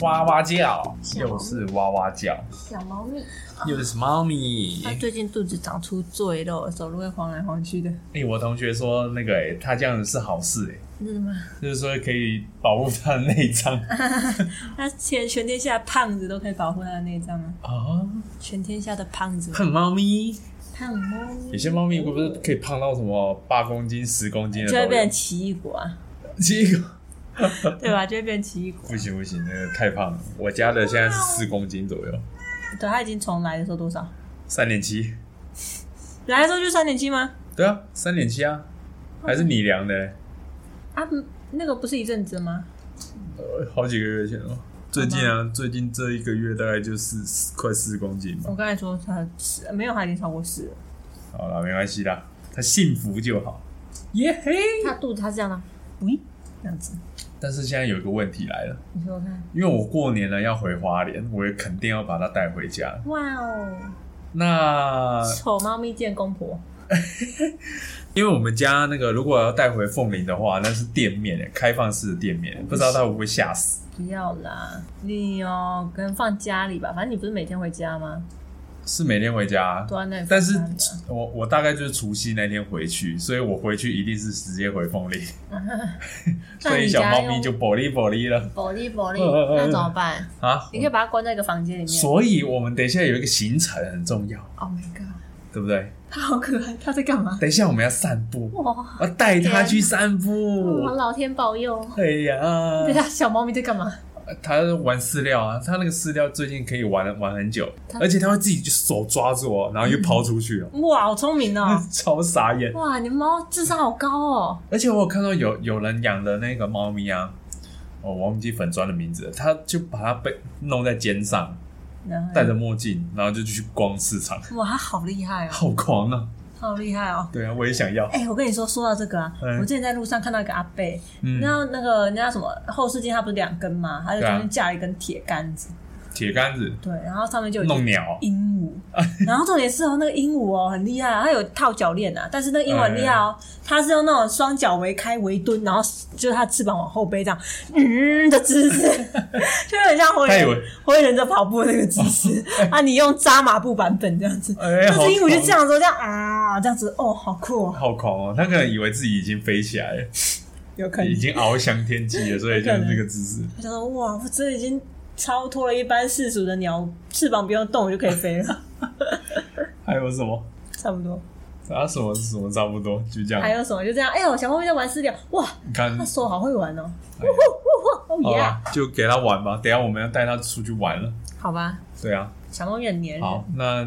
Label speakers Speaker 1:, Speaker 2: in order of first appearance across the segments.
Speaker 1: 哇哇叫，
Speaker 2: 小
Speaker 1: 又是哇哇叫，
Speaker 2: 小猫咪，
Speaker 1: 又是猫咪。
Speaker 3: 他最近肚子长出赘肉，走路会晃来晃去的。
Speaker 1: 哎、我同学说那个、欸，他这样子是好事、欸，
Speaker 3: 真的吗？
Speaker 1: 就是说可以保护他的内 脏
Speaker 3: 他全全天下胖子都可以保护他的内脏啊！
Speaker 1: 啊。
Speaker 3: 全天下的胖子，
Speaker 1: 胖猫咪，
Speaker 3: 胖猫
Speaker 1: 有些猫咪不是可以胖到什么八公斤、十公斤的
Speaker 3: 就
Speaker 1: 都有，
Speaker 3: 会 变成奇异果啊，
Speaker 1: 七个。
Speaker 3: 对吧？就会变成奇异果。
Speaker 1: 不行不行，那个太胖了。我家的现在
Speaker 3: 哦
Speaker 1: 是四公斤左右，
Speaker 3: 对，他已经重来的时候多少？
Speaker 1: 三点七。
Speaker 3: 来的时候就三点七吗？
Speaker 1: 对啊，三点七啊，还是你量的、欸，
Speaker 3: 啊，嗯那个不是一阵子吗？
Speaker 1: 呃，好几个月前了。最近啊，最近这一个月大概就是四快四公斤吧
Speaker 3: 我。刚才说他十，没有，他已经超过十了。
Speaker 1: 好了，没关系啦，他幸福就好。耶嘿！
Speaker 3: 他肚子他是这样的，喂，这样子。
Speaker 1: 但是现在有一个问题来了，
Speaker 3: 你说说看，
Speaker 1: 因为我过年了要回花莲，我也肯定要把它带回家。
Speaker 3: 哇哦，
Speaker 1: 那
Speaker 3: 丑猫咪见公婆，
Speaker 1: 因为我们家那个如果要带回凤林的话，那是店面欸，开放式的店面，不知道它会不会吓死。
Speaker 3: 不要啦，你哦，可能放家里吧，反正你不是每天回家吗？
Speaker 1: 是每天回家，
Speaker 3: 都在那里放
Speaker 1: 但是
Speaker 3: 家里啊。
Speaker 1: 我我大概就是除夕那天回去，所以我回去一定是直接回凤林，所以小猫咪就玻璃玻璃了
Speaker 3: 玻璃玻璃
Speaker 1: 嗯嗯嗯，
Speaker 3: 那怎么办？
Speaker 1: 啊。
Speaker 3: 你可以把它关在一个房间里面。
Speaker 1: 所以我们等一下有一个行程很重要，
Speaker 3: Oh my god，
Speaker 1: 对不对？
Speaker 3: 它好可爱，它在干嘛？
Speaker 1: 等一下我们要散步，
Speaker 3: 哇，
Speaker 1: 我要带它去
Speaker 3: 天
Speaker 1: 散
Speaker 3: 哇
Speaker 1: 步。
Speaker 3: 老天保佑！
Speaker 1: 哎呀
Speaker 3: 对，啊，小猫咪在干嘛？
Speaker 1: 它玩饲料啊，它那个饲料最近可以玩玩很久，
Speaker 3: 它
Speaker 1: 而且它会自己就手抓住哦，然后又抛出去哦，
Speaker 3: 哇，好聪明哦！
Speaker 1: 超傻眼。
Speaker 3: 哇，你猫智商好高哦！
Speaker 1: 而且我有看到有有人养的那个猫咪啊，哦，我忘记粉砖的名字了，他就把它被弄在肩上，
Speaker 3: 然后
Speaker 1: 戴着墨镜，然后就去逛市场，
Speaker 3: 哇，它好厉害哦，
Speaker 1: 好狂啊！
Speaker 3: 好厉害哦！
Speaker 1: 对啊，我也想要，
Speaker 3: 哎、我跟你说，说到这个啊，
Speaker 1: 嗯
Speaker 3: 我之前在路上看到一个阿贝，你
Speaker 1: 嗯
Speaker 3: 知，道那个人家什么后视镜，它不是两根吗？它就
Speaker 1: 对啊
Speaker 3: 中间架了一根铁杆子，
Speaker 1: 铁杆子
Speaker 3: 对，然后上面就有一
Speaker 1: 弄
Speaker 3: 只
Speaker 1: 鸟，
Speaker 3: 鹦 鹉，然后重点是哦，那个鹦鹉哦很厉害啊，它有套脚链啊，但是那个鹦鹉很厉害哦，
Speaker 1: 哎
Speaker 3: 它是用那种双脚围开围蹲，然后就是它翅膀往后背这样，嗯的 姿势，就很像火
Speaker 1: 它以
Speaker 3: 影
Speaker 1: 为
Speaker 3: 火影忍者跑步的那个姿 势啊，你用扎马步版本这样子，
Speaker 1: 哎，
Speaker 3: 那
Speaker 1: 好
Speaker 3: 只鹦鹉就这
Speaker 1: 狂，
Speaker 3: 样子这样啊这样子，哦，好酷哦，
Speaker 1: 好狂哦！他可能以为自己已经飞起来了，
Speaker 3: 有可能
Speaker 1: 已。经翱翔天际了，所以就是这个姿势。
Speaker 3: 他说：“哇，我真的已经超脱了一般世俗的鸟，翅膀不用动我就可以飞 了，
Speaker 1: 还有什么？
Speaker 3: 差不多。
Speaker 1: 啊，什么什么差不多，就这样。
Speaker 3: 还有什么？就这样。哎呦，小猫咪在玩饲料，哇，
Speaker 1: 你看
Speaker 3: 它，手好会玩哦！
Speaker 1: 哎呀
Speaker 3: 哦
Speaker 1: 好
Speaker 3: 耶！
Speaker 1: 吧，就给他玩吧。等一下我们要带他出去玩了。
Speaker 3: 好吧，
Speaker 1: 对啊，
Speaker 3: 小猫咪很黏人
Speaker 1: 好。，那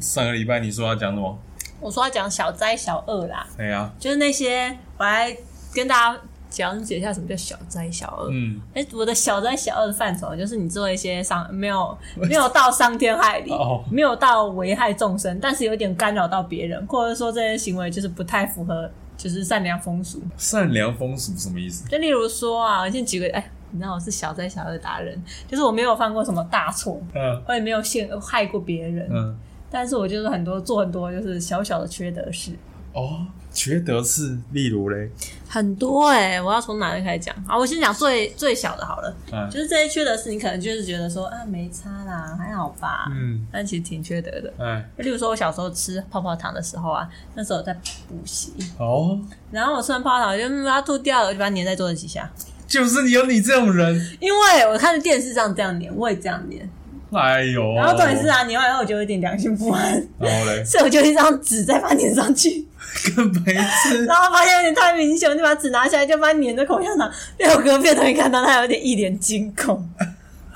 Speaker 1: 上个礼拜你说要讲什么？
Speaker 3: 我说要讲小灾小恶啦，
Speaker 1: 哎呀，
Speaker 3: 就是那些，我来跟大家讲解一下什么叫小灾小恶。
Speaker 1: 嗯，
Speaker 3: 哎、我的小灾小恶的范畴就是你做一些伤没 有没有到伤天害理
Speaker 1: 哦，
Speaker 3: 没有到危害众生，但是有点干扰到别人，或者说这些行为就是不太符合就是善良风俗。
Speaker 1: 善良风俗什么意思？
Speaker 3: 就例如说啊，我先举个，哎，你知道我是小灾小恶达人，就是我没有犯过什么大错，
Speaker 1: 嗯
Speaker 3: 我也没有陷呃害过别人，
Speaker 1: 嗯，
Speaker 3: 但是我就是很多做很多就是小小的缺德事，
Speaker 1: 哦，缺德是例如嘞，
Speaker 3: 很多哎、我要从哪里开始讲啊？我先讲最最小的好了，
Speaker 1: 嗯
Speaker 3: 就是这些缺德事，你可能就是觉得说啊没差啦，还好吧，
Speaker 1: 嗯，
Speaker 3: 但其实挺缺德的。
Speaker 1: 哎，
Speaker 3: 例如说，我小时候吃泡泡糖的时候啊，那时候我在补习，
Speaker 1: 哦，
Speaker 3: 然后我吃完泡泡糖，我就嗯把它吐掉了，我就把它粘在桌子底下，
Speaker 1: 就是有你这种人，
Speaker 3: 因为我看着电视上这样粘，我也这样粘。
Speaker 1: 哎呦，
Speaker 3: 然后重点是，啊，粘完以后我就有点良心不安，
Speaker 1: 然 后嘞，
Speaker 3: 所以我就一张纸再把它粘上去，
Speaker 1: 更白痴，
Speaker 3: 然后发现有点太明显，我就把纸拿下来，就把它粘在口香糖。被我隔壁的同学看到，他有点一脸惊恐。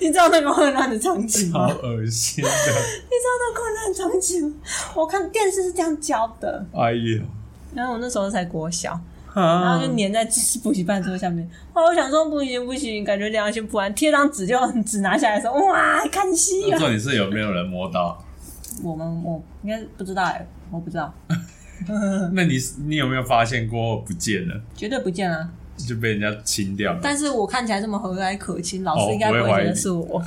Speaker 3: 你知道那个混乱的场景吗？
Speaker 1: 好
Speaker 3: 你知
Speaker 1: 恶心的，
Speaker 3: 道那个混乱的场景吗？我看电视是这样教的，
Speaker 1: 哎呦，
Speaker 3: 然后我那时候才国小，然
Speaker 1: 啊
Speaker 3: 后就粘在补习班桌下面。后来我想说不行不行，感觉良心不安，贴张纸就纸拿下来说哇，看戏
Speaker 1: 那
Speaker 3: 了。
Speaker 1: 重点是有没有人摸到？
Speaker 3: 我们我应该不知道哎、我不知道，
Speaker 1: 那你你有没有发现过不见了，
Speaker 3: 绝对不见了。
Speaker 1: 就被人家清掉了？
Speaker 3: 但是我看起来这么和蔼可亲，老
Speaker 1: 哦
Speaker 3: 师应该不
Speaker 1: 不
Speaker 3: 会
Speaker 1: 会怀疑
Speaker 3: 觉得是 我。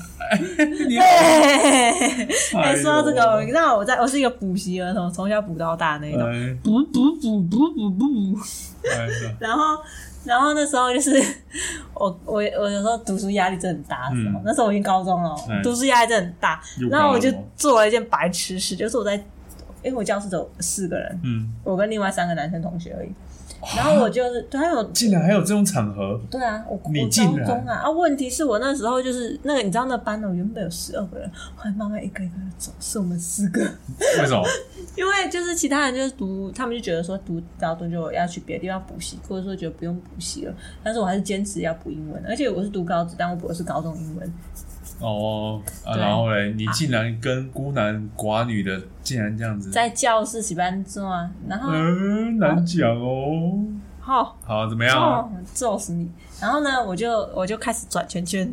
Speaker 1: 你
Speaker 3: 哎，
Speaker 1: 哎
Speaker 3: 哎
Speaker 1: 呦
Speaker 3: 说到这个，那我在我是一个补习儿童，从小补到大那一种，
Speaker 1: 哎
Speaker 3: 补补补补补补。
Speaker 1: 哎是啊
Speaker 3: 然后然后那时候就是 我我我有时候读书压力真的很大的时候，
Speaker 1: 嗯
Speaker 3: 那时候我已经高中了，
Speaker 1: 嗯
Speaker 3: 读书压力真的很大
Speaker 1: 又。
Speaker 3: 然后我就
Speaker 1: 高中
Speaker 3: 做了一件白痴事，就是我在因为我教室只有四个人，
Speaker 1: 嗯，
Speaker 3: 我跟另外三个男生同学而已。然后我就是对，还有
Speaker 1: 竟然还有这种场合，
Speaker 3: 对啊，我
Speaker 1: 你
Speaker 3: 我
Speaker 1: 竟
Speaker 3: 高
Speaker 1: 然
Speaker 3: 中啊啊！问题是我那时候就是那个，你知道那班呢，原本有十二个人，后来慢慢一个一个走，是我们四个。
Speaker 1: 为什么？
Speaker 3: 因为就是其他人就是读，他们就觉得说读高中就要去别的地方补习，或者说觉得不用补习了。但是我还是坚持要补英文，而且我是读高职，但我补的是高中英文。
Speaker 1: 哦，啊、
Speaker 3: 对
Speaker 1: 然后嘞，你竟然跟孤男寡女的竟然这样子，
Speaker 3: 在教室洗班做啊，然后
Speaker 1: 嗯，难讲哦。
Speaker 3: 好
Speaker 1: 好，怎么样？
Speaker 3: 哦，揍死你！然后呢，我就我就开始转圈圈，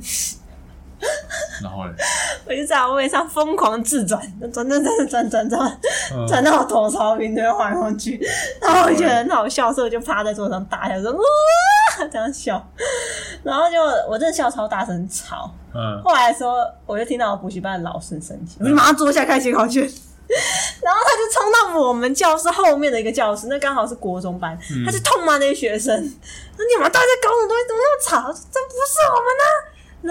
Speaker 1: 然后嘞，
Speaker 3: 我就在我位上疯狂自转，转转转转转转
Speaker 1: 嗯
Speaker 3: 转到我头朝云堆晃来晃去， 然后我觉得很好笑，所以我就趴在桌上大笑说哇这样笑，然后就我真的笑超大声，吵。
Speaker 1: 嗯，
Speaker 3: 后来说，我就听到我补习班的老师生气，我就马上坐下开写考卷， 然后他就冲到我们教室后面的一个教室，那刚好是国中班，他就痛骂那些学生，说你们到底在搞什么东西，怎么那么吵？这不是我们呢、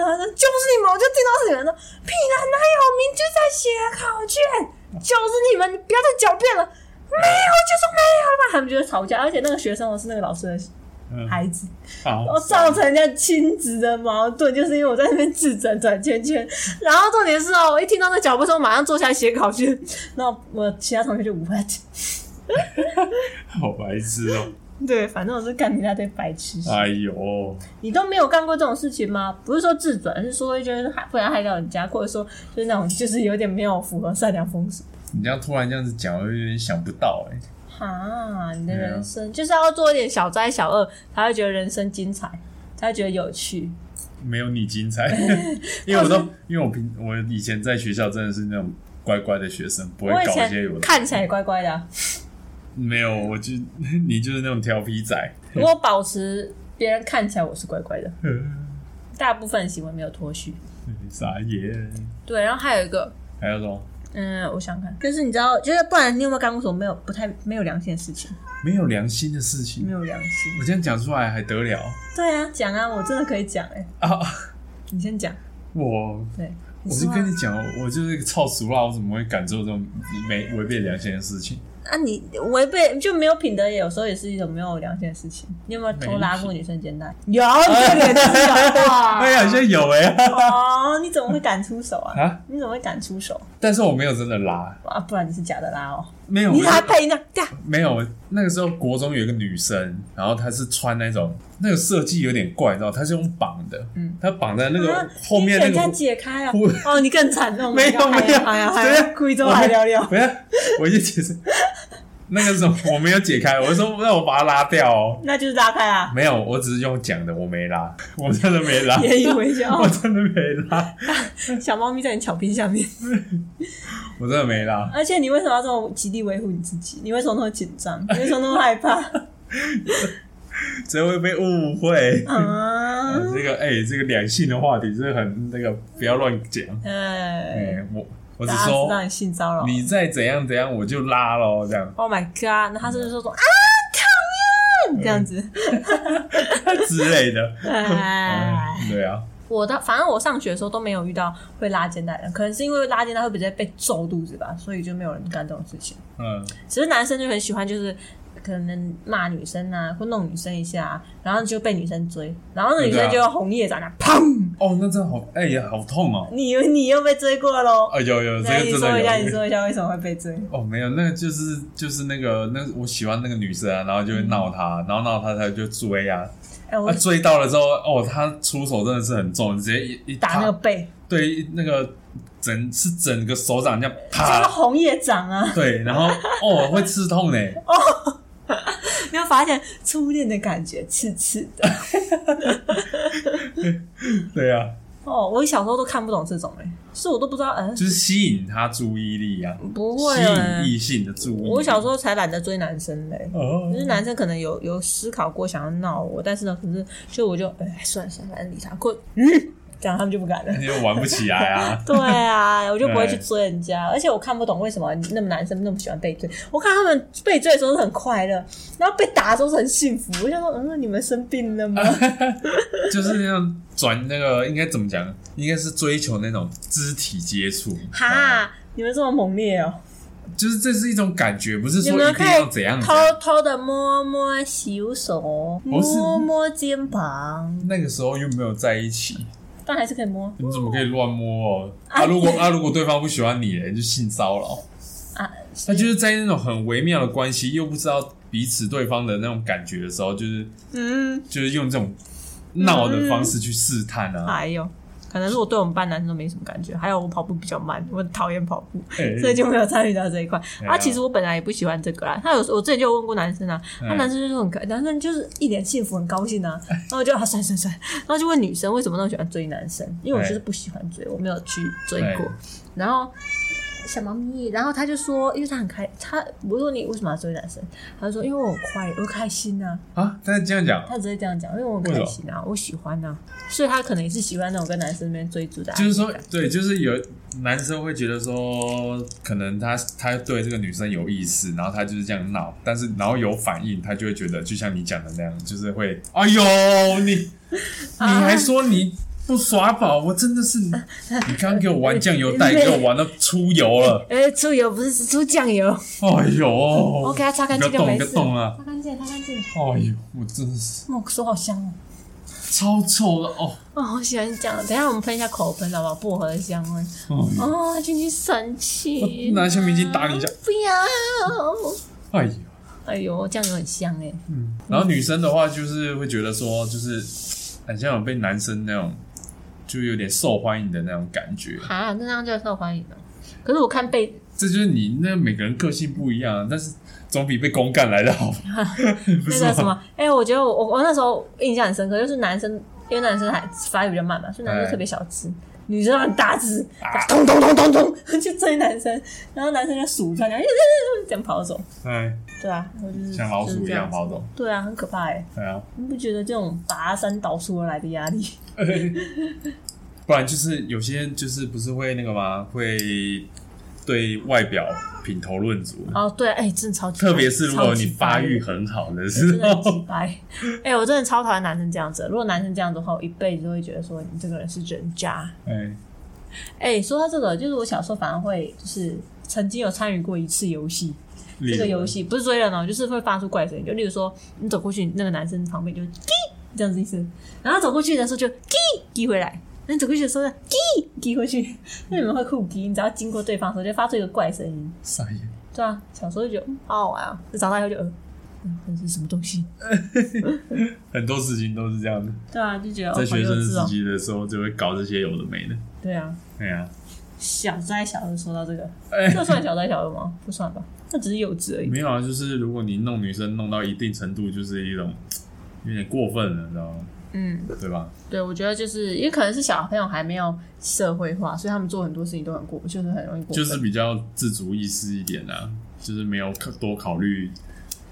Speaker 3: 然后他说就是你们，我就听到是有人说，屁啦，哪有，我明就在写考卷，就是你们，你不要再狡辩了。没有，就是没有了吧？他们就在吵架，而且那个学生我是那个老师的
Speaker 1: 嗯
Speaker 3: 孩子，
Speaker 1: 好，
Speaker 3: 我造成人家亲子的矛盾，就是因为我在那边自转转圈圈。然后重点是哦，我一听到那脚步声，我马上坐下来写考卷。然后我其他同学就无法讲。
Speaker 1: 好白痴哦、
Speaker 3: 对，反正我是干你那堆白痴事。
Speaker 1: 哎呦，
Speaker 3: 你都没有干过这种事情吗？不是说自转，是说就是害不然害到人家，或者说就是那种就是有点没有符合善良风俗。
Speaker 1: 你这样突然这样子讲，我有点想不到哎、
Speaker 3: 哈，你的
Speaker 1: 对啊
Speaker 3: 人生、就是要做一点小灾小恶，才会觉得人生精彩，才会觉得有趣。
Speaker 1: 没有你精 彩，因为我都因为我平我以前在学校真的是那种乖乖的学生，不会
Speaker 3: 我以
Speaker 1: 搞一些有
Speaker 3: 前
Speaker 1: 的
Speaker 3: 看起来乖乖的啊、
Speaker 1: 没有，我就你就是那种调皮仔，
Speaker 3: 如果保持别人看起来我是乖乖的，大部分行为没有脱序。
Speaker 1: 傻眼。
Speaker 3: 对，然后还有一个，
Speaker 1: 还有什么？
Speaker 3: 嗯，我想想看，就是你知道，就是不然你有没有干过什么没有不太没有良心的事情？
Speaker 1: 没有良心的事情
Speaker 3: 没，有良心。
Speaker 1: 我这样讲出来还得了
Speaker 3: 对啊，讲啊，我真的可以讲哎、
Speaker 1: 啊？
Speaker 3: 你先讲。
Speaker 1: 我
Speaker 3: 对，
Speaker 1: 我是
Speaker 3: 说啊
Speaker 1: 跟你讲，哦我就是一个操俗啦，我怎么会敢做这种没违背良心的事情？
Speaker 3: 啊，你违背就没有品德，也有时候也是一种没有良心的事情。你有没有偷拉过女生肩带？有，你这个也 知道哇
Speaker 1: 哎呀，现在有哎、
Speaker 3: 哦，你怎么会敢出手啊？
Speaker 1: 啊！
Speaker 3: 你怎么会敢出手
Speaker 1: 但是我没有真的拉，
Speaker 3: 啊？不然你是假的拉哦，
Speaker 1: 没有，
Speaker 3: 你还
Speaker 1: 我
Speaker 3: 配那对啊
Speaker 1: 没有。那个时候国中有一个女生，然后她是穿那种那个设计有点怪，你知道，她是用绑的，
Speaker 3: 嗯，
Speaker 1: 她绑在那
Speaker 3: 啊
Speaker 1: 个后面那
Speaker 3: 你给人家
Speaker 1: 个
Speaker 3: 解开啊
Speaker 1: 我！
Speaker 3: 哦，你更惨哦！
Speaker 1: 没有没有
Speaker 3: 哎呀
Speaker 1: 等一
Speaker 3: 哎
Speaker 1: 下
Speaker 3: 呀，贵州还聊聊。
Speaker 1: 不要，我已经解释。那个时候我没有解开，我说让我把它拉掉哦。
Speaker 3: 那就是拉开 啊，
Speaker 1: 没有，我只是用讲的，我没拉， 我真的没拉，
Speaker 3: 也以为就
Speaker 1: 我
Speaker 3: 哦，
Speaker 1: 真的没拉，
Speaker 3: 小猫咪在你巧拼下面。
Speaker 1: 我真的没拉，
Speaker 3: 而且你为什么要这么极力维护你自己？你为什么那么紧 张？你为什么那么害怕？
Speaker 1: 这会被误会。
Speaker 3: 啊，
Speaker 1: 这个哎、这个两性的话题是很那个，不要乱讲。哎、
Speaker 3: 哎，
Speaker 1: 我我只
Speaker 3: 大家知道
Speaker 1: 说
Speaker 3: 你性骚扰。
Speaker 1: 你再怎样怎样，我就拉咯，这样
Speaker 3: Oh my god！那他是
Speaker 1: 嗯
Speaker 3: 不是说说啊，讨厌这 样子？
Speaker 1: 之类的。
Speaker 3: 哎。
Speaker 1: 嗯，对啊，
Speaker 3: 我的反正我上学的时候都没有遇到会拉肩带的人，可能是因为拉肩带会比较被揍肚子吧，所以就没有人干这种事情。
Speaker 1: 嗯，
Speaker 3: 只是男生就很喜欢，就是可能骂女生啊，或弄女生一下、啊，然后就被女生追，然后那女
Speaker 1: 对啊
Speaker 3: 生就红叶掌啊，砰！
Speaker 1: 哦，那真的好，哎、呀，好痛哦。
Speaker 3: 你又你又被追过喽？
Speaker 1: 哎有有，这
Speaker 3: 来，
Speaker 1: 个
Speaker 3: 你
Speaker 1: 真
Speaker 3: 说一下，
Speaker 1: 的有
Speaker 3: 你。说一下为什么会被追？
Speaker 1: 哦，没有，那个就是就是那个那个我喜欢那个女生啊，然后就会闹
Speaker 3: 嗯
Speaker 1: 她，然后闹她，她就追啊，
Speaker 3: 哎，
Speaker 1: 她
Speaker 3: 我
Speaker 1: 追到了之后，哦，她出手真的是很重，直接一一
Speaker 3: 打那个背，
Speaker 1: 对一那个整是整个手掌这样
Speaker 3: 就是
Speaker 1: 啪，
Speaker 3: 红叶掌啊！
Speaker 1: 对，然后哦会刺痛嘞，
Speaker 3: 你有发现初恋的感觉，刺刺的。
Speaker 1: 对啊，
Speaker 3: 哦，我小时候都看不懂这种哎、是我都不知道，嗯，
Speaker 1: 就是吸引她注意力啊，
Speaker 3: 不会、
Speaker 1: 吸
Speaker 3: 欸
Speaker 1: 引。异性的注意力。
Speaker 3: 我小时候才懒得追男生嘞、
Speaker 1: 哦
Speaker 3: 可，是男生可能有有思考过想要闹我，但是呢，可是就我就哎算了算了，懒得理他，过嗯，这样他们就不敢了。。
Speaker 1: 你就玩不起来啊
Speaker 3: 对啊，我就不会去
Speaker 1: 对
Speaker 3: 追人家，而且我看不懂为什么那么男生那么喜欢被追。我看他们被追的时候是很快乐，然后被打的时候是很幸福。我想说，嗯，你们生病了吗？
Speaker 1: 就是那种转那个应该怎么讲？应该是追求那种肢体接触，啊
Speaker 3: 哈，你们这么猛烈哦、
Speaker 1: 就是这是一种感觉，不是
Speaker 3: 你
Speaker 1: 说
Speaker 3: 们
Speaker 1: 一
Speaker 3: 可
Speaker 1: 定要
Speaker 3: 以
Speaker 1: 怎样怎
Speaker 3: 偷
Speaker 1: 样。
Speaker 3: 偷的摸摸小手，
Speaker 1: 不是
Speaker 3: 摸摸肩膀，
Speaker 1: 那个时候又没有在一起，
Speaker 3: 但还是可以摸
Speaker 1: 你怎么可以乱摸哦？啊，如果啊，如果对方不喜欢你嘞，就性骚扰。
Speaker 3: 啊。
Speaker 1: 他就是在那种很微妙的关系，又不知道彼此对方的那种感觉的时候，就是
Speaker 3: 嗯，
Speaker 1: 就是用这种闹的方式去试探啊。
Speaker 3: 还有，可能是我对我们班男生都没什么感觉，还有我跑步比较慢，我很讨厌跑步，
Speaker 1: 哎
Speaker 3: 所以就没有参与到这一块。
Speaker 1: 哎呀
Speaker 3: 啊，其实我本来也不喜欢这个啦。他有我之前就有问过男生啊，他
Speaker 1: 嗯
Speaker 3: 男生就是很开，男生就是一脸幸福，很高兴 啊。然后我就啊，算算算，然后就问女生为什么那么喜欢追男生，因为我就是不喜欢追，我没有去追过
Speaker 1: 哎。
Speaker 3: 然后小猫咪，然后他就说，因为他很开，他我说你为什么要追男生？他就说因为我很快，我开心啊。
Speaker 1: 啊，但是这样讲，
Speaker 3: 他直接这样讲，因为我很开心啊，我喜欢啊，所以他可能也是喜欢那种跟男生那边追逐的啊，
Speaker 1: 就是说，对，就是有男生会觉得说，可能他他对这个女生有意思，然后他就是这样闹，但是然后有反应，他就会觉得，就像你讲的那样，就是会， 哎呦，你你
Speaker 3: 啊
Speaker 1: 还说你。不耍宝，我真的是 你！你刚给我玩酱油蛋，给我玩到出油了。
Speaker 3: 哎、出油不是是出酱油，
Speaker 1: 哎呦
Speaker 3: 我给他擦干
Speaker 1: 不要
Speaker 3: 净就
Speaker 1: 动，
Speaker 3: 没
Speaker 1: 不要
Speaker 3: 事。
Speaker 1: 动啊！
Speaker 3: 擦干净，擦干净。
Speaker 1: 哎呦，我真的是
Speaker 3: 我手好香哦，
Speaker 1: 超臭的哦！
Speaker 3: 哦，好喜欢这样。等一下我们喷一下口喷好不好？薄荷的香味。
Speaker 1: 哦
Speaker 3: 哦，君君生气，
Speaker 1: 我拿橡皮筋打你一下。
Speaker 3: 不要。
Speaker 1: 哎呦，
Speaker 3: 哎呦，酱油很香哎，
Speaker 1: 嗯。然后女生的话，就是会觉得说，就是很像有被男生那种，就有点受欢迎的那种感觉。
Speaker 3: 啊，那样就受欢迎了。可是我看被
Speaker 1: 这就是你那每个人个性不一样，啊但是总比被公干来的 好，不
Speaker 3: 那
Speaker 1: 是
Speaker 3: 个什
Speaker 1: 吗？
Speaker 3: 么，哎、我觉得我我我那时候印象很深刻，就是男生，因为男生还发育比较慢嘛，所以男生
Speaker 1: 哎
Speaker 3: 特别小只，女生很大只，
Speaker 1: 啊
Speaker 3: 咚咚咚咚咚去追男生，然后男生就数出来，然后这样跑走，
Speaker 1: 哎，
Speaker 3: 对啊，我就是
Speaker 1: 像老
Speaker 3: 就是
Speaker 1: 鼠一
Speaker 3: 这
Speaker 1: 样
Speaker 3: 子
Speaker 1: 跑走。
Speaker 3: 对啊，很可怕哎、
Speaker 1: 对啊，
Speaker 3: 你不觉得这种拔山倒树而来的压力？
Speaker 1: 哎 不然就是有些就是不是会那个吗？会对外表品头论足，
Speaker 3: 哦，对啊、哎、真的超级白，
Speaker 1: 特别是如果
Speaker 3: 超
Speaker 1: 你
Speaker 3: 级
Speaker 1: 发
Speaker 3: 白
Speaker 1: 育很好的
Speaker 3: 真
Speaker 1: 时
Speaker 3: 的很
Speaker 1: 候
Speaker 3: 鸡。掰。哎、我真的超讨厌男生这样子的。如果男生这样子的话，我一辈子都会觉得说你这个人是人渣。
Speaker 1: 哎，
Speaker 3: 哎、说到这个，就是我小时候反而会就是曾经有参与过一次游戏，
Speaker 1: 这
Speaker 3: 这个游戏不是追人哦，就是会发出怪声音，就例如说你走过去，那个男生旁边就叽这样子一声，然后走过去的时候就叽叽回来。那你走过去的时候呢，叽叽回去，那你们会酷叽，你只要经过对方的时候就发出一个怪声音，
Speaker 1: 傻眼，
Speaker 3: 对啊，小时候就觉得嗯好好玩啊，就长大以后就呃，嗯，这是什么东西？
Speaker 1: 很多事情都是这样的。
Speaker 3: 对啊，就觉得哦
Speaker 1: 在
Speaker 3: 好
Speaker 1: 学
Speaker 3: 幼
Speaker 1: 生
Speaker 3: 稚
Speaker 1: 时
Speaker 3: 哦，
Speaker 1: 期的时候，就会搞这些有的没的。
Speaker 3: 对啊，
Speaker 1: 对呀、
Speaker 3: 小灾小恶说到这个，
Speaker 1: 哎
Speaker 3: 这算小灾小恶吗？不算吧，那只是幼稚而已。
Speaker 1: 没有啊，就是如果你弄女生弄到一定程度，就是一种有点过分了，你知道吗？
Speaker 3: 嗯，
Speaker 1: 对吧？
Speaker 3: 对，我觉得就是因为可能是小朋友还没有社会化，所以他们做很多事情都很过，就是很容易过
Speaker 1: 就
Speaker 3: 分。
Speaker 1: 是比较自主意识一点啊，就是没有考多考虑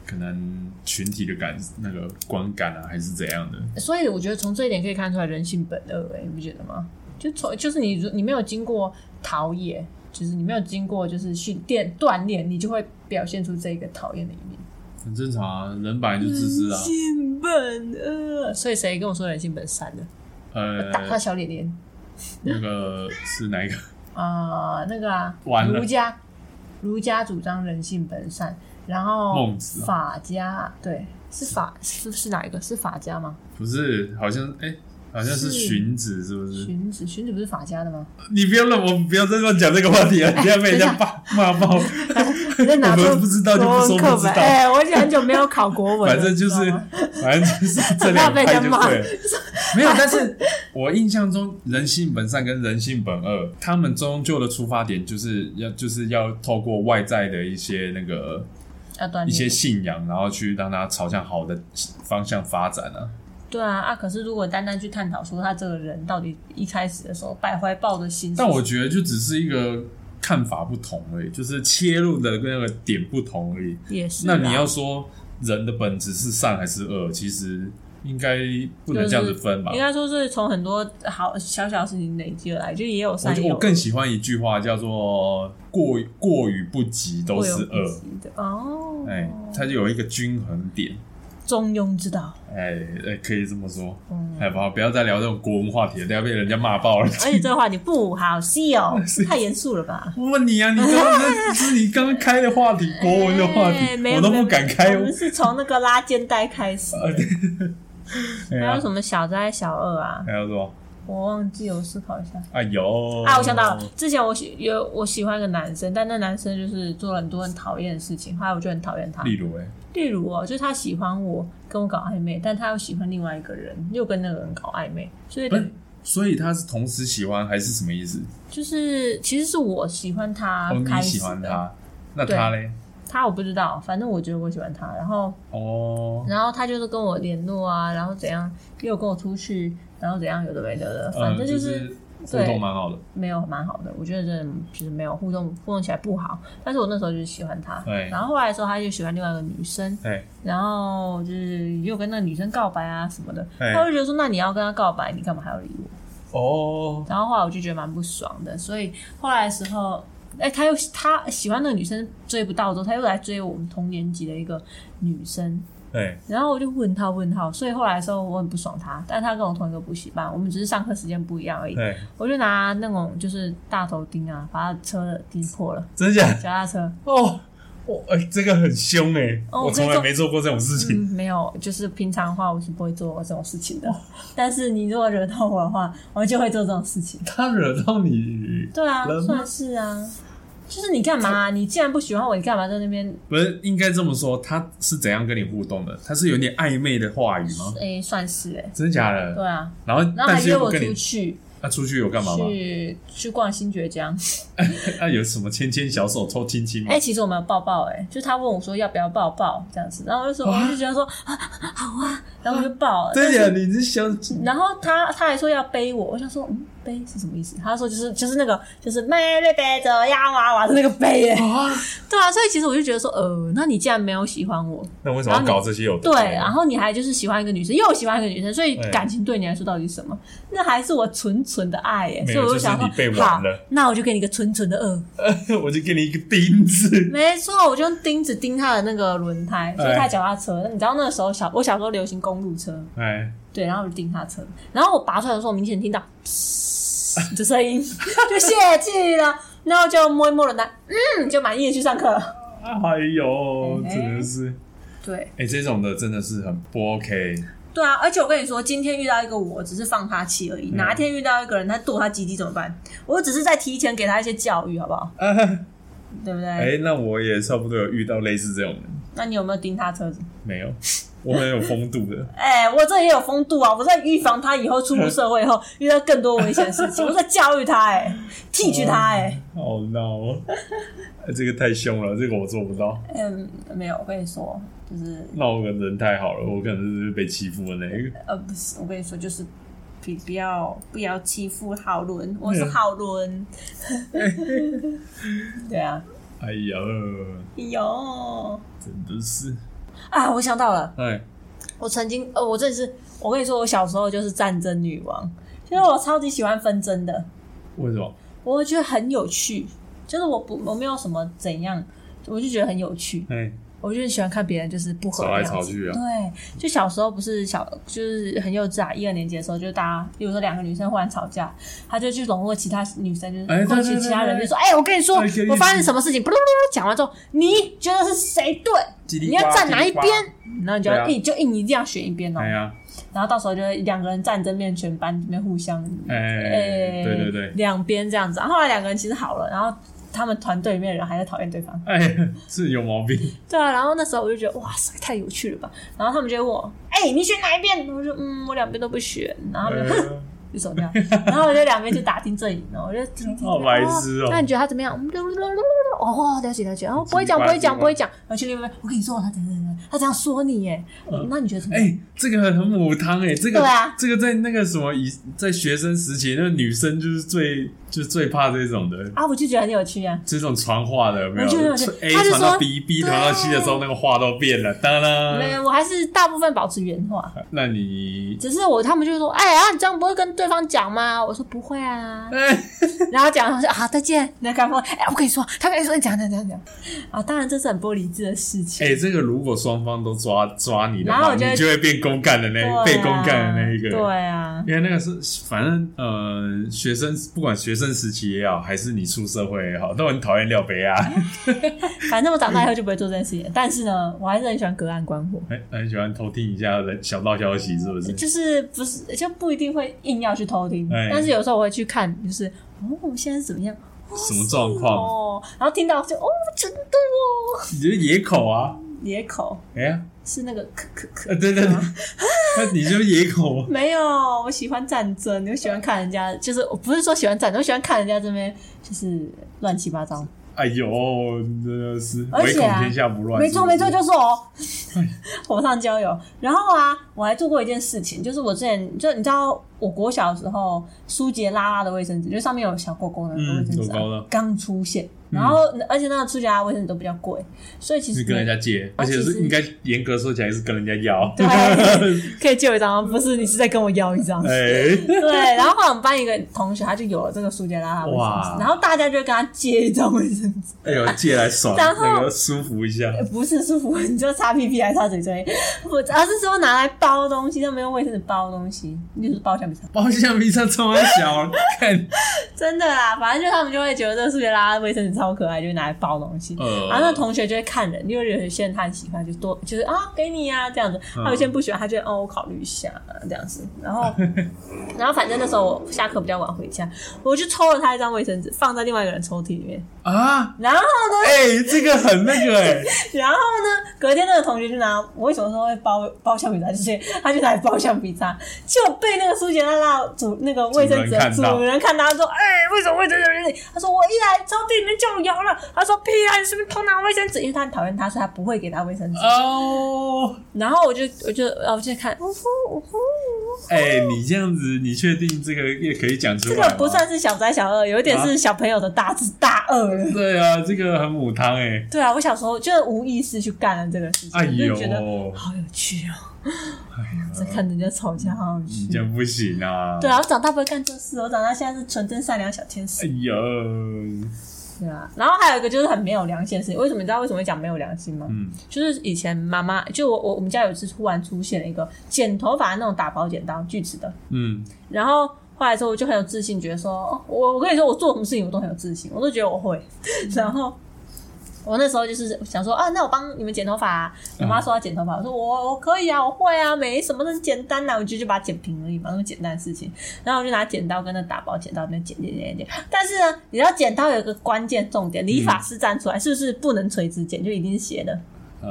Speaker 1: 可能群体的感那个观感啊，还是怎样的。
Speaker 3: 所以我觉得从这一点可以看出来人性本恶、哎，你不觉得吗？就从就是你如你没有经过陶冶，就是你没有经过就是训练锻炼，你就会表现出这个讨厌的一面。
Speaker 1: 很正常啊，人本来就自私啊。
Speaker 3: 性本恶，所以谁跟我说人性本善呢？打他
Speaker 1: 呃，
Speaker 3: 小脸脸
Speaker 1: 那个是哪一个？
Speaker 3: 啊，那个啊，
Speaker 1: 完了
Speaker 3: 儒家，儒家主张人性本善，然后
Speaker 1: 孟子啊
Speaker 3: 法家对是法是是哪一个？是法家吗？
Speaker 1: 不是，好像哎、好像是
Speaker 3: 是
Speaker 1: 荀子，是不是？
Speaker 3: 荀子，荀子不是法家的吗？
Speaker 1: 你不要让我不要再乱讲这个话题
Speaker 3: 哎
Speaker 1: 了，等一下被人家骂骂爆。
Speaker 3: 你在拿出
Speaker 1: 我们不知道就不说不知道
Speaker 3: 国文课本哎、我已经很久没有考国文了，
Speaker 1: 反正就是
Speaker 3: 你知道吗，
Speaker 1: 反正就是这两派就
Speaker 3: 怕被
Speaker 1: 对了。没有，但是我印象中，人性本善跟人性本恶，他们终究的出发点就是要就是要透过外在的一些那个
Speaker 3: 要锻炼
Speaker 1: 一些信仰，然后去让它朝向好的方向发展啊。
Speaker 3: 对啊啊！可是如果单单去探讨说他这个人到底一开始的时候败坏抱的心是什
Speaker 1: 但
Speaker 3: 么，
Speaker 1: 我觉得就只是一个看法不同而已，就是切入的那个点不同而已。
Speaker 3: 也是啊
Speaker 1: 那
Speaker 3: 啦，
Speaker 1: 你要说人的本质是善还是恶，其实应该不能这样子分吧
Speaker 3: 应？该说是从很多好小小的事情累积而来，就也有
Speaker 1: 我
Speaker 3: 善
Speaker 1: 就
Speaker 3: 有
Speaker 1: 我更喜欢一句话叫做“过过与不及都是
Speaker 3: 会有不
Speaker 1: 恶
Speaker 3: 及的哦”，，
Speaker 1: 哎，它就有一个均衡点，
Speaker 3: 中庸之道。
Speaker 1: 哎哎，可以这么说。
Speaker 3: 嗯，
Speaker 1: 哎，不好，不要再聊这种国文话题了，等下被人家骂爆了。
Speaker 3: 而且这个话题不好笑哦，太严肃了吧？
Speaker 1: 我问你啊，你刚刚是你刚刚开的话题，国文的哦话
Speaker 3: 哎
Speaker 1: 题
Speaker 3: 没，有
Speaker 1: 我都
Speaker 3: 没
Speaker 1: 不
Speaker 3: 有
Speaker 1: 敢开。
Speaker 3: 我们是从那个拉肩带 开始的，
Speaker 1: 哎
Speaker 3: 还有
Speaker 1: 呀，
Speaker 3: 什么小灾小恶啊？
Speaker 1: 还有什么？
Speaker 3: 我忘记，我思考一下。
Speaker 1: 哎呦，
Speaker 3: 啊，我想到了，之前我喜有我喜欢一个男生，但那男生就是做了很多很讨厌的事情，后来我就很讨厌他。
Speaker 1: 例如哎，
Speaker 3: 例如哦，就是他喜欢我，跟我搞暧昧，但他又喜欢另外一个人，又跟那个人搞暧昧，所以
Speaker 1: 不是，所以他是同时喜欢还是什么意思？
Speaker 3: 就是其实是我喜欢他
Speaker 1: 哦，你
Speaker 3: 啊开始
Speaker 1: 喜
Speaker 3: 的
Speaker 1: 欢他，那
Speaker 3: 对
Speaker 1: 他嘞？
Speaker 3: 他我不知道，反正我觉得我喜欢他，然后
Speaker 1: 哦，
Speaker 3: 然后他就是跟我联络啊，然后怎样又跟我出去，然后怎样有的没的的，
Speaker 1: 呃
Speaker 3: 反正
Speaker 1: 就是互
Speaker 3: 对
Speaker 1: 动蛮好的。
Speaker 3: 没有蛮好的，我觉得真的就是没有互动，互动起来不好。但是我那时候就是喜欢他，
Speaker 1: 对
Speaker 3: 然后后来的时候他就喜欢另外一个女生，
Speaker 1: 哎，
Speaker 3: 然后就是又跟那个女生告白啊什么的，
Speaker 1: 哎
Speaker 3: 他就觉得说那你要跟他告白，你干嘛还要理我？
Speaker 1: 哦，
Speaker 3: 然后后来我就觉得蛮不爽的，所以后来的时候，哎，他又他喜欢那个女生追不到之后，他又来追我们同年级的一个女生，
Speaker 1: 哎，
Speaker 3: 然后我就问他问号，所以后来的时候我很不爽他，但他跟我同一个补习班，我们只是上课时间不一样而已。
Speaker 1: 哎，
Speaker 3: 我就拿那种就是大头钉啊，把他车钉破了，
Speaker 1: 真假？
Speaker 3: 脚踏车。
Speaker 1: 哦，我哎，这个很凶哎，
Speaker 3: 哦
Speaker 1: 我
Speaker 3: 我可以
Speaker 1: 从来
Speaker 3: 做
Speaker 1: 没做过这种事情
Speaker 3: 嗯。，没有，就是平常的话我是不会做这种事情的，但是你如果惹到我的话，我就会做这种事情。
Speaker 1: 他惹到你，
Speaker 3: 对啊
Speaker 1: 人，吗
Speaker 3: 算是啊。就是你干嘛、你既然不喜欢我，你干嘛在那边
Speaker 1: 不是应该这么说？他是怎样跟你互动的？他是有点暧昧的话语吗？
Speaker 3: 诶、算是诶、
Speaker 1: 真假的？
Speaker 3: 对啊，
Speaker 1: 然后，
Speaker 3: 然后
Speaker 1: 但
Speaker 3: 还
Speaker 1: 是
Speaker 3: 约
Speaker 1: 又不
Speaker 3: 我
Speaker 1: 跟你
Speaker 3: 出，去，
Speaker 1: 他、出去有干嘛吗？
Speaker 3: 去去逛新爵江。
Speaker 1: 那、有什么牵牵小手、偷亲亲吗
Speaker 3: 哎、？其实我们有抱抱、诶，就他问我说要不要抱抱这样子，然后我就说，我就觉得说啊好啊，然后我就抱了。
Speaker 1: 真
Speaker 3: 但是
Speaker 1: 假的？你是想
Speaker 3: 然后他他还说要背我，我想说，嗯，背是什么意思？他说就是就是那个就是妹妹背着洋娃娃的那个背耶，
Speaker 1: 啊？
Speaker 3: 对啊，所以其实我就觉得说，呃，那你既然没有喜欢我，
Speaker 1: 那为什么要搞这些有的
Speaker 3: 对，啊
Speaker 1: 没的
Speaker 3: 然后你还就是喜欢一个女生，又喜欢一个女生，所以
Speaker 1: 对
Speaker 3: 感情对你来说到底是什么？那还是我纯纯的爱耶，
Speaker 1: 没
Speaker 3: 所以
Speaker 1: 有
Speaker 3: 我就想
Speaker 1: 就是
Speaker 3: 说
Speaker 1: 你被，
Speaker 3: 好
Speaker 1: 玩了，
Speaker 3: 那我就给你一个纯纯的恶。
Speaker 1: 我就给你一个钉子。
Speaker 3: 没错，我就用钉子钉他的那个轮胎，所以他的脚踏车。那你知道那个时候小我小时候流行公路车，
Speaker 1: 哎，
Speaker 3: 对，然后我就盯他车，然后我拔出来的时候，我明显听到噗的声音，就泄气了，然后就摸一摸轮胎，嗯，就满意的去上课了。
Speaker 1: 哎呦，
Speaker 3: 哎
Speaker 1: 真的是，
Speaker 3: 对，
Speaker 1: 哎，这种的真的是很不 OK。
Speaker 3: 对啊，而且我跟你说，今天遇到一个我只是放他气而已，哪天遇到一个人他剁他鸡鸡怎么办？我只是在提前给他一些教育，好不好？
Speaker 1: 啊
Speaker 3: 对不对？
Speaker 1: 哎，那我也差不多有遇到类似这种人，
Speaker 3: 那你有没有盯他车子？
Speaker 1: 没 有，我很有风度的。
Speaker 3: 哎、我这也有风度啊！我在预防他以后出入社会以后遇到更多危险的事情，我在教育他、哎，teach 他、哎。
Speaker 1: 好闹哦，这个太凶了，这个我做不到。
Speaker 3: 嗯，没有，我跟你说，就是
Speaker 1: 那我可能人太好了，我可能是被欺负的那一个。
Speaker 3: 呃，不是，我跟你说，就是不不要不要欺负浩伦，我是浩伦。对啊，
Speaker 1: 哎呀，
Speaker 3: 有
Speaker 1: 真的是，
Speaker 3: 啊，我想到了，
Speaker 1: 哎，
Speaker 3: 我曾经呃，我真的是，我跟你说，我小时候就是战争女王，就是我超级喜欢纷争的，
Speaker 1: 为什么？
Speaker 3: 我觉得很有趣，就是我不我没有什么怎样。我就觉得很有趣，
Speaker 1: 哎，
Speaker 3: 我就喜欢看别人就是不合
Speaker 1: 吵来
Speaker 3: 的样
Speaker 1: 吵
Speaker 3: 子
Speaker 1: 去啊
Speaker 3: 对，就小时候不是小，就是很幼稚啊，一二年级的时候，就大家，比如说两个女生忽然吵架，她就去笼络其他女生，就
Speaker 1: 哎对
Speaker 3: 是勾起
Speaker 1: 对
Speaker 3: 其
Speaker 1: 对
Speaker 3: 他人，
Speaker 1: 对
Speaker 3: 就说：“哎，我跟你说
Speaker 1: 哎可以，
Speaker 3: 我发生什么事情？”不噜噜噜，讲完之后，你觉得是谁对
Speaker 1: 叽？里
Speaker 3: 你
Speaker 1: 呱
Speaker 3: 要站哪
Speaker 1: 叽
Speaker 3: 一
Speaker 1: 里呱
Speaker 3: 边？然后你就
Speaker 1: 对啊
Speaker 3: 要一就一你一定要选一边哦
Speaker 1: 哎。呀，
Speaker 3: 然后到时候就两个人战争面，全班里面互相
Speaker 1: 哎，
Speaker 3: 哎，
Speaker 1: 对对对，
Speaker 3: 两边这样子。然后后来两个人其实好了，然后他们团队里面的人还在讨厌对方。
Speaker 1: 哎，是有毛病。
Speaker 3: 对啊，然后那时候我就觉得哇塞，太有趣了吧！然后他们就会问我，哎、你选哪一边？我就嗯，我两边都不选，然后他 们就、
Speaker 1: 哎
Speaker 3: 就走掉，然后我就两边就打听阵营了，我就听听听
Speaker 1: 好白痴哦
Speaker 3: 那你觉得他哦
Speaker 1: 哦
Speaker 3: 怎么样？嗯，哦，了解了解，然后不会讲不会讲不会讲，然后去另外一边，我跟你说他怎样怎样他这样说你耶，那你觉得怎么
Speaker 1: 哎、
Speaker 3: 样？
Speaker 1: 这个很母汤哎、这个、
Speaker 3: 对啊
Speaker 1: 这个在那个什么以在学生时期，那个女生就是最就是最怕这种的，
Speaker 3: 啊，我就觉得很有趣啊。
Speaker 1: 这种传话的有没有
Speaker 3: 我觉得
Speaker 1: ？A
Speaker 3: 他就
Speaker 1: 传到
Speaker 3: 说啊
Speaker 1: B，B 传到 C 的时候，那个话都变了。当当，
Speaker 3: 没有，我还是大部分保持原话，
Speaker 1: 那你
Speaker 3: 只是我他们就说，哎啊，你这样不会跟对方讲吗？我说不 会啊，
Speaker 1: 哎、
Speaker 3: 然后讲我说啊再见，那干嘛？哎，我跟你说，他跟你说你讲讲讲讲啊，当然这是很玻璃质的事情。
Speaker 1: 哎这个如果双方都抓抓你的
Speaker 3: 然后
Speaker 1: 话，
Speaker 3: 我就会
Speaker 1: 你就会变公干的那、
Speaker 3: 对啊
Speaker 1: 哎被公干的那一个。
Speaker 3: 对啊，
Speaker 1: 因为那个是，反正呃，学生不管学生时期也好，还是你出社会也好，都很讨厌廖 杯啊，
Speaker 3: 反正我长大以后就不会做这件事情了。但是呢，我还是很喜欢隔岸观火，
Speaker 1: 很哎很喜欢偷听一下人小道消息，是不是？
Speaker 3: 就是不是就不一定会硬要去偷听，
Speaker 1: 哎
Speaker 3: 但是有时候我会去看，就是哦，现在是怎么样？哦
Speaker 1: 什么状况？
Speaker 3: 哦，然后听到就哦，真的哦，
Speaker 1: 你就野口啊？
Speaker 3: 野口
Speaker 1: 哎呀，
Speaker 3: 是那个咳咳咳。
Speaker 1: 呃，对 对对，那你就是野口啊？
Speaker 3: 没有，我喜欢战争，我喜欢看人家，就是我不是说喜欢战争，我喜欢看人家这边就是乱七八糟。
Speaker 1: 哎呦，真的是
Speaker 3: 而
Speaker 1: 唯
Speaker 3: 且
Speaker 1: 恐
Speaker 3: 啊
Speaker 1: 天下不乱。
Speaker 3: 没错
Speaker 1: 是不
Speaker 3: 没
Speaker 1: 是
Speaker 3: 错，就是我
Speaker 1: 哎
Speaker 3: 火上浇油。然后啊，我还做过一件事情，就是我之前就你知道，我国小的时候，舒洁拉拉的卫生纸，就上面有小勾勾的那个卫生纸、
Speaker 1: 嗯有勾的嗯
Speaker 3: 啊，刚、出现。然后，而且那个舒洁拉拉卫生纸都比较贵，所以其实
Speaker 1: 是跟人家借，而且
Speaker 3: 哦其
Speaker 1: 是
Speaker 3: 实
Speaker 1: 应该严格说起来是跟人家要。
Speaker 3: 对可以借我一张，不是你是在跟我要一张。
Speaker 1: 哎，
Speaker 3: 对，然后后来我们班一个同学他就有了这个舒洁拉拉卫生
Speaker 1: 哇
Speaker 3: 纸，然后大家就跟他借一张卫生纸，
Speaker 1: 哎呦，借来爽，
Speaker 3: 然后
Speaker 1: 那个舒服一下。
Speaker 3: 不是舒服，你知道擦屁屁还是擦嘴嘴，我而是说拿来包东西，他们用卫生纸包东西，就是包橡皮擦，
Speaker 1: 包橡皮擦超啊小， 看，
Speaker 3: 真的啦，反正就他们就会觉得这个数学拉拉卫生纸超可爱，就拿来包东西。
Speaker 1: 呃，
Speaker 3: 啊然后那同学就会看人，因为有些人他很喜欢，就多就是啊给你啊这样子；，
Speaker 1: 嗯
Speaker 3: 他有些人不喜欢，他就哦我考虑一下这样子。然后， 然后反正那时候我下课比较晚回家，我就抽了他一张卫生纸放在另外一个人抽屉里面。
Speaker 1: 啊，
Speaker 3: 然后呢，
Speaker 1: 哎，这个很那个哎，
Speaker 3: 然后呢，隔天那个同学就拿我为什么说会包包橡皮擦，就是他就拿来包橡皮擦，就被那个苏杰拉拉主那个卫生纸的
Speaker 1: 主人看到
Speaker 3: 主人看到，他说：“哎、为什么卫生纸？”他说：“我一来抽屉里面就有了。”他说：“屁啊，你是不是偷拿卫生纸？”因为他很讨厌他，所以他不会给他卫生纸。
Speaker 1: 哦，
Speaker 3: 然后我就我就然后我就看，呜呼呜呼，
Speaker 1: 哎，你这样子，你确定这个也可以讲出
Speaker 3: 这
Speaker 1: 来吗？
Speaker 3: 个不算是小灾小恶，有一点是小朋友的大智大恶了。
Speaker 1: 对啊，这个很母汤哎，
Speaker 3: 对啊，我小时候就是无意识去干了这个事情，
Speaker 1: 哎
Speaker 3: 就
Speaker 1: 呦，
Speaker 3: 觉得好有趣哦，在
Speaker 1: 哎呦，嗯
Speaker 3: 看人家吵架，好有趣
Speaker 1: 你。这样不行啊，
Speaker 3: 对啊，我长大不会干这事，我长大现在是纯真善良小天
Speaker 1: 哎
Speaker 3: 使。
Speaker 1: 呦，
Speaker 3: 对啊，然后还有一个就是很没有良心的事情，为什么你知道为什么会讲没有良心吗？
Speaker 1: 嗯，
Speaker 3: 就是以前妈妈，就我我我们家有一次突然出现了一个剪头发的那种打薄剪刀，锯齿的，
Speaker 1: 嗯，
Speaker 3: 然后后来之后我就很有自信，觉得说，哦我我跟你说，我做什么事情我都很有自信，我都觉得我会。
Speaker 1: 嗯
Speaker 3: 然后我那时候就是想说，啊，那我帮你们剪头发、啊。
Speaker 1: 嗯
Speaker 3: 我妈说要剪头发，我说我我可以啊，我会啊，没什么，很简单呐、我就就把它剪平而已嘛，那么简单的事情。然后我就拿剪刀跟那打包剪刀那边剪剪剪剪。但是呢，你知道剪刀有一个关键重点，理发师站出来是不是不能垂直剪，就一定是斜的，
Speaker 1: 呃，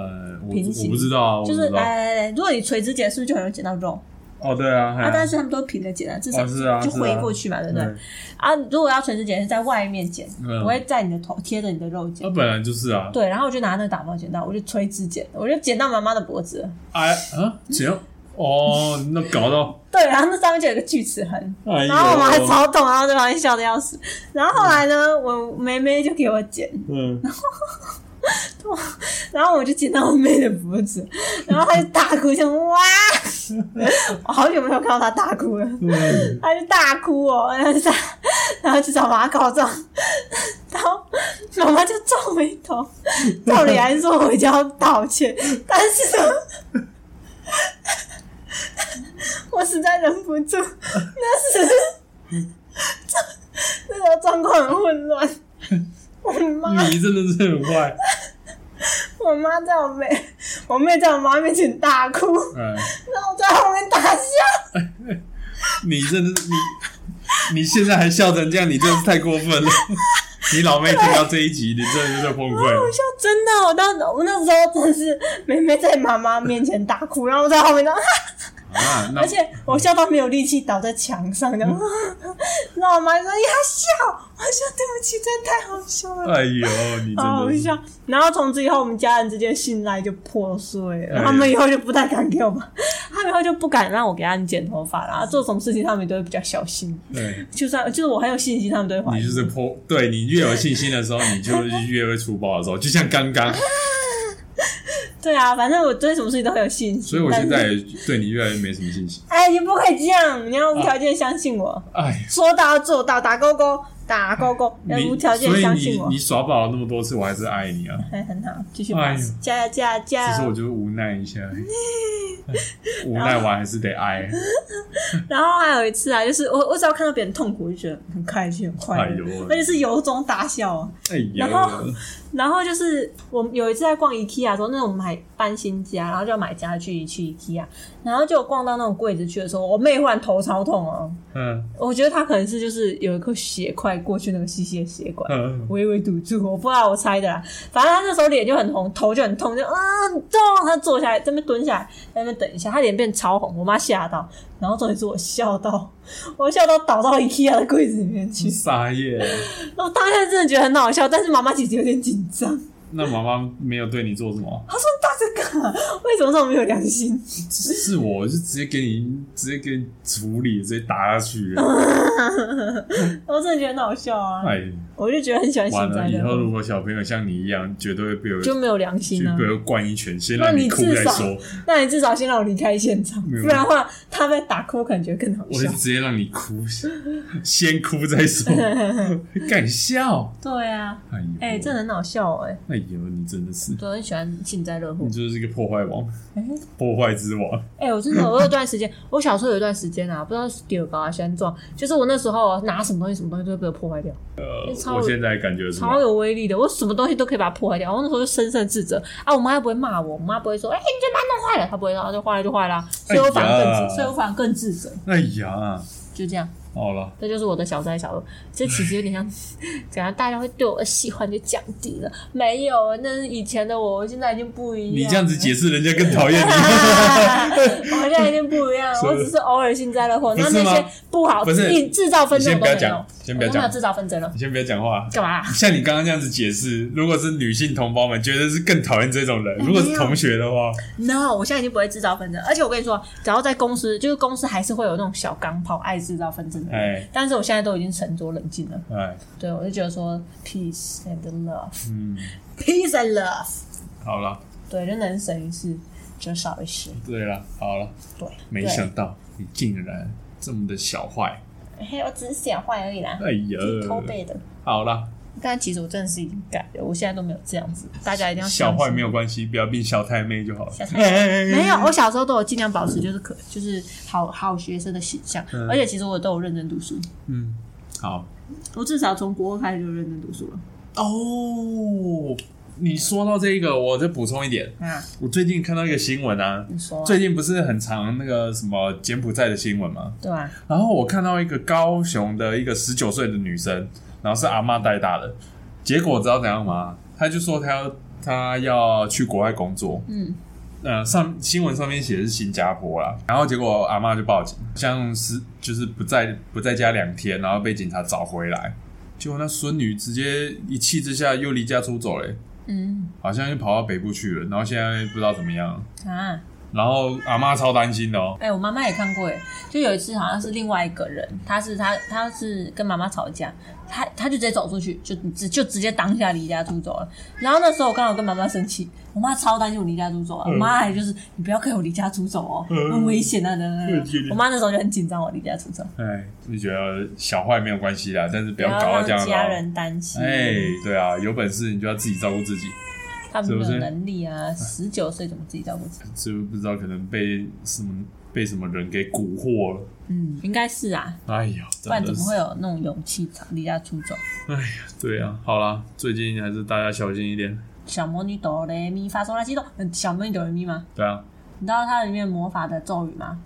Speaker 1: 我
Speaker 3: 平行
Speaker 1: 我不知道啊，我不
Speaker 3: 就
Speaker 1: 知
Speaker 3: 是
Speaker 1: 道
Speaker 3: 来来来，如果你垂直剪，是不是就很容易剪到肉？
Speaker 1: 哦，对啊，嘿
Speaker 3: 啊，
Speaker 1: 啊
Speaker 3: 但是他们都平着剪啊，至少
Speaker 1: 哦是啊
Speaker 3: 就是
Speaker 1: 啊
Speaker 3: 回过去嘛，对不对？
Speaker 1: 嗯
Speaker 3: 啊，如果要垂直剪是在外面剪，
Speaker 1: 嗯
Speaker 3: 我会在你的头贴着你的肉剪
Speaker 1: 那。本来就是啊，
Speaker 3: 对，然后我就拿那个打包剪刀，我就垂直剪，我就剪到妈妈的脖子了。
Speaker 1: 哎啊，只要哦，那搞到，
Speaker 3: 对，然后那上面就有一个锯齿痕，
Speaker 1: 哎呦，
Speaker 3: 然后我妈还超痛，然后在旁边笑的要死。然后后来呢，我妹妹就给我剪，
Speaker 1: 嗯，
Speaker 3: 然后我就剪到我妹的脖子，然后她就大哭，就哇， 我好久没有看到她大哭了。
Speaker 1: 嗯
Speaker 3: 他就大哭哦，然后就大，然后去找妈告状，然后妈妈就皱眉头。照理来说，我就要道歉，但是呢，我实在忍不住，那时那时候状况很混乱，我妈
Speaker 1: 你真的是很坏，
Speaker 3: 我妈在我妹我妹在我妈面前大哭，
Speaker 1: 哎，
Speaker 3: 然后我在后面大笑。
Speaker 1: 你真的是你，你现在还笑成这样，你真的是太过分了。 你老妹听到这一集，你真的是崩溃
Speaker 3: 我
Speaker 1: 了。
Speaker 3: 笑真哦的，我当我那时候真的是妹妹在妈妈面前大哭，然后我在后面这样，哈哈
Speaker 1: 啊，那
Speaker 3: 而且我笑到没有力气倒在墙上，然后
Speaker 1: 嗯
Speaker 3: 然后我妈说哎呀笑，我说对不起，真的太好笑了。
Speaker 1: 哎呦，你真
Speaker 3: 好好
Speaker 1: 的是
Speaker 3: 笑！然后从此以后，我们家人之间信赖就破碎
Speaker 1: 哎
Speaker 3: 了。
Speaker 1: 呀
Speaker 3: 他们以后就不太敢给我们，他们以后就不敢让我给他们剪头发啦。做什么事情，他们都会比较小心。
Speaker 1: 对。
Speaker 3: 就算就是我很有信心，他们都会怀
Speaker 1: 你
Speaker 3: 疑
Speaker 1: 就。是破，对你越有信心的时候，你 就越会粗暴的时候，就像刚刚，
Speaker 3: 对啊，反正我对什么事情都很有信心。
Speaker 1: 所以我现
Speaker 3: 但
Speaker 1: 在
Speaker 3: 是，
Speaker 1: 也对你越来越没什么信心。
Speaker 3: 哎，你不可以这样，你要无条件相信我，
Speaker 1: 哎，
Speaker 3: 说到做到，打勾勾，打勾勾，要无
Speaker 1: 你
Speaker 3: 条件
Speaker 1: 所以
Speaker 3: 相信
Speaker 1: 你
Speaker 3: 我
Speaker 1: 你。耍宝了那么多次，我还是爱你啊。
Speaker 3: 哎，很好，继续
Speaker 1: 哎
Speaker 3: 吧
Speaker 1: 呦，
Speaker 3: 加油加油
Speaker 1: 只
Speaker 3: 加
Speaker 1: 是我
Speaker 3: 油！
Speaker 1: 就是无奈一 下，哎无奈完还是得爱。
Speaker 3: 然后还有一次啊，就是我我只要看到别人痛苦，我就觉得很开心，很快
Speaker 1: 哎
Speaker 3: 乐
Speaker 1: 呦，
Speaker 3: 而且是由衷大笑啊。
Speaker 1: 哎呀
Speaker 3: 然，后然后就是我们有一次在逛 IKEA 的时候，那种买搬新家，然后就要买家具去 IKEA，然后就逛到那种柜子去的时候，我妹忽然头超痛哦、
Speaker 1: 嗯
Speaker 3: 我觉得她可能是就是有一颗血块过去那个细细的血管。
Speaker 1: 嗯，
Speaker 3: 微微堵住，我不知道，我猜的啦。反正她那时候脸就很红，头就很痛，就啊很痛。她坐下来，这边蹲下来，在那边等一下，她脸变超红，我妈吓到。然后重点是我笑到，我笑到倒到 IKEA 的柜子里面去。
Speaker 1: 撒野。
Speaker 3: 我当下真的觉得很好笑，但是妈妈其实有点紧张。
Speaker 1: 那妈妈没有对你做什么？
Speaker 3: 他说：“大这个为什么这么没有良心
Speaker 1: 是我就直接给你直接给你处理，直接打下去。？”
Speaker 3: 嗯我真的觉得很好笑啊！
Speaker 1: 哎，
Speaker 3: 我就觉得很喜欢
Speaker 1: 完
Speaker 3: 幸
Speaker 1: 了！
Speaker 3: 灾
Speaker 1: 以
Speaker 3: 乐
Speaker 1: 后如
Speaker 3: 祸，
Speaker 1: 果小朋友像你一样，绝对会被我
Speaker 3: 就没有良心
Speaker 1: 就
Speaker 3: 啊
Speaker 1: 被！我灌一拳，先
Speaker 3: 那
Speaker 1: 让
Speaker 3: 你
Speaker 1: 哭
Speaker 3: 至
Speaker 1: 再
Speaker 3: 少
Speaker 1: 说。
Speaker 3: 那你至少先让我离开现场，
Speaker 1: 没有
Speaker 3: 不然的话他被打哭，感觉更好
Speaker 1: 我就
Speaker 3: 笑。
Speaker 1: 直接让你哭，先哭再 说。敢笑？
Speaker 3: 对啊，
Speaker 1: 哎呦，
Speaker 3: 哎、真的很好笑哎、
Speaker 1: 哎呦，你真的是，
Speaker 3: 对，我很喜欢幸灾乐祸
Speaker 1: 你。就是一个破坏王，
Speaker 3: 哎、
Speaker 1: 破坏之王。
Speaker 3: 哎我真的，我有一段时间，我小时候有一段时间啊，不知道是第二高啊，先撞，就是我那时候啊拿什么东西，什么东西都会被我破坏掉。哎
Speaker 1: 呃
Speaker 3: 超，
Speaker 1: 我现在感觉出
Speaker 3: 超
Speaker 1: 来，
Speaker 3: 有威力的，我什么东西都可以把它破坏掉。我那时候就深深自责啊，我妈又不会骂我，我妈不会说，哎、你就把它弄坏了，她不会，她就坏了就坏了啊，所以我反而更自，
Speaker 1: 哎呀
Speaker 3: 所以我反而更自责，
Speaker 1: 哎呀，
Speaker 3: 就这样，
Speaker 1: 好了，
Speaker 3: 这就是我的小灾小恶。这其实有点像，怎样大家会对我的喜欢就降低了？没有，那是以前的我，我现在已经不一样啊了。
Speaker 1: 你这样子解释，人家更讨 厌 你。
Speaker 3: 我现在已经不一样了，
Speaker 1: 是
Speaker 3: 我只是偶尔幸灾乐祸，
Speaker 1: 不
Speaker 3: 那
Speaker 1: 是
Speaker 3: 那些
Speaker 1: 吗
Speaker 3: 不好
Speaker 1: 不是
Speaker 3: 制制造纷
Speaker 1: 你
Speaker 3: 争
Speaker 1: 先
Speaker 3: 我
Speaker 1: 不
Speaker 3: 都没
Speaker 1: 要
Speaker 3: 有
Speaker 1: 讲，，先不要
Speaker 3: 哦我都没有
Speaker 1: 讲，
Speaker 3: 制造纷争了，哦
Speaker 1: 你先不要讲话。
Speaker 3: 干嘛啦？
Speaker 1: 像你刚刚这样子解释，如果是女性同胞们，绝对是更讨厌这种人；
Speaker 3: 哎
Speaker 1: 如果是同学的话，
Speaker 3: No，我现在已经不会制造纷争，而且我跟你说，只要在公司，就是公司还是会有那种小钢炮爱制造纷争的人。
Speaker 1: 哎
Speaker 3: 但是我现在都已经沉着冷静了，
Speaker 1: 哎，
Speaker 3: 对我就觉得说 peace and love，peace
Speaker 1: 嗯，
Speaker 3: and love，
Speaker 1: 好了，
Speaker 3: 对，就能省一事就少一事，
Speaker 1: 对了，好了，
Speaker 3: 对，
Speaker 1: 没
Speaker 3: 对
Speaker 1: 想到你竟然这么的小坏，
Speaker 3: 嘿，我只是想坏而已啦，
Speaker 1: 哎呀，
Speaker 3: 自己偷背的。
Speaker 1: 好了，
Speaker 3: 但其实我真的是已经改了，我现在都没有这样子，大家一定要
Speaker 1: 小坏没
Speaker 3: 有。
Speaker 1: 有关系，不要变小太妹就好了哎
Speaker 3: 小。太妹
Speaker 1: 没
Speaker 3: 没有，我小时候都有尽量保持就是可就是好好学生的形象，而且其实我都有认真读书，
Speaker 1: 嗯，好
Speaker 3: 我至少从国二开始就认真读书了。
Speaker 1: 哦。你说到这个，我再补充一点，
Speaker 3: 啊，
Speaker 1: 我最近看到一个新闻啊，
Speaker 3: 你说、啊，
Speaker 1: 最近不是很常那个什么柬埔寨的新闻吗？
Speaker 3: 对啊，
Speaker 1: 然后我看到一个高雄的一个十九岁的女生，然后是阿嬷带大的，结果知道怎样吗？她就说她要她要去国外工作，
Speaker 3: 嗯，
Speaker 1: 呃，上新闻上面写的是新加坡啦，然后结果阿嬷就报警，像是就是不在不在家两天，然后被警察找回来，结果那孙女直接一气之下又离家出走嘞、
Speaker 3: 嗯
Speaker 1: 好像又跑到北部去了，然后现在不知道怎么样了，
Speaker 3: 啊，
Speaker 1: 然后阿嬷超担心的哦，
Speaker 3: 哎、我妈妈也看过，哎，就有一次好像是另外一个人，他是他他是跟妈妈吵架，他他就直接走出去，就直就直接当下离家出走了。然后那时候我刚好跟妈妈生气，我妈超担心我离家出走啊，
Speaker 1: 嗯
Speaker 3: 我妈还就是你不要跟我离家出走哦，很危险啊，等等等等。我妈那时候就很紧张我离家出走，
Speaker 1: 哎，就觉得小坏没有关系啦，但是不
Speaker 3: 不
Speaker 1: 要搞到
Speaker 3: 让
Speaker 1: 这样
Speaker 3: 家
Speaker 1: 咯
Speaker 3: 人担心，
Speaker 1: 哎，对啊，有本事你就要自己照顾自己，
Speaker 3: 他们
Speaker 1: 是不
Speaker 3: 没
Speaker 1: 是
Speaker 3: 有能力啊，十九岁怎么自己照顾自己？
Speaker 1: 是不是不知道可能被什么被什么人给蛊惑了？
Speaker 3: 嗯，应该是啊，
Speaker 1: 哎呀，
Speaker 3: 不
Speaker 1: 真
Speaker 3: 然
Speaker 1: 的
Speaker 3: 怎么
Speaker 1: 是
Speaker 3: 会有那种勇气离家出走？
Speaker 1: 对啊，好啦，最近还是大家小心一点。
Speaker 3: 小魔女哆来咪发嗦拉西哆，嗯小魔女哆来咪吗？
Speaker 1: 对啊，
Speaker 3: 你知道它里面魔法的咒语吗？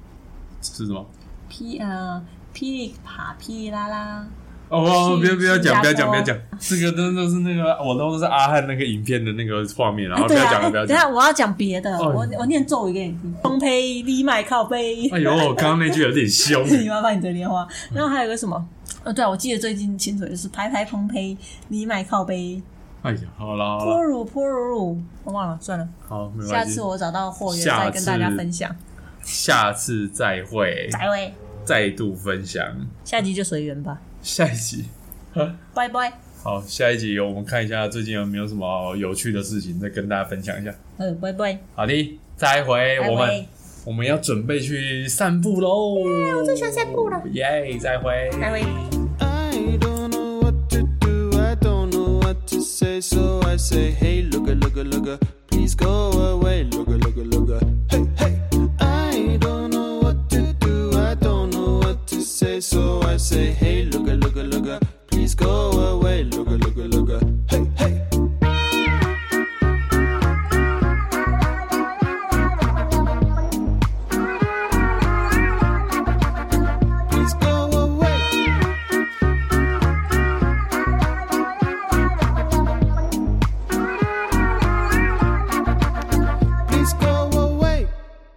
Speaker 1: 是什么？
Speaker 3: 噼呃噼里啪噼里啦啦，
Speaker 1: 哦，不要不要
Speaker 3: 新加
Speaker 1: 讲，
Speaker 3: 坡
Speaker 1: 不要讲，不要讲，这个真的是那个，我都是阿汉那个影片的那个画面，然后不
Speaker 3: 对
Speaker 1: 要
Speaker 3: 啊，
Speaker 1: 讲了，
Speaker 3: 哎
Speaker 1: 不要
Speaker 3: 等一下
Speaker 1: 讲。
Speaker 3: 我要讲别的，
Speaker 1: 哦
Speaker 3: 我我念咒语给你听。丰沛利麦靠背，
Speaker 1: 哎呦，刚刚那句有点 凶。
Speaker 3: 你妈把你的莲花。然后还有个什么？哦，对啊，我记得最近清楚就是拍拍蓬佩利麦靠背，
Speaker 1: 哎呀，好了好
Speaker 3: 泼
Speaker 1: 了，
Speaker 3: 乳泼乳乳，我忘了，算了，
Speaker 1: 好，没
Speaker 3: 下
Speaker 1: 关系
Speaker 3: 次。我找到货源
Speaker 1: 下
Speaker 3: 再跟大家
Speaker 1: 次
Speaker 3: 分享。
Speaker 1: 下次再会，
Speaker 3: 再会，
Speaker 1: 再度分享
Speaker 3: 下集就随缘吧，
Speaker 1: 下一集。
Speaker 3: 拜拜。
Speaker 1: 好，下一集我们看一下最近有没有什么有趣的事情，再跟大家分享一下。
Speaker 3: 嗯，拜拜，
Speaker 1: 好的，再回
Speaker 3: 拜
Speaker 1: 我们
Speaker 3: 拜，
Speaker 1: 我们要准备去散步喽。啊我最喜欢散步了，耶！再会，
Speaker 3: 拜拜。
Speaker 2: I don't know what to do, I don't know what to say, so I say, hey, looka, looka, looka, please go away, looka, looka, looka, hey, hey. I don't know what to do, I don't know what to say, so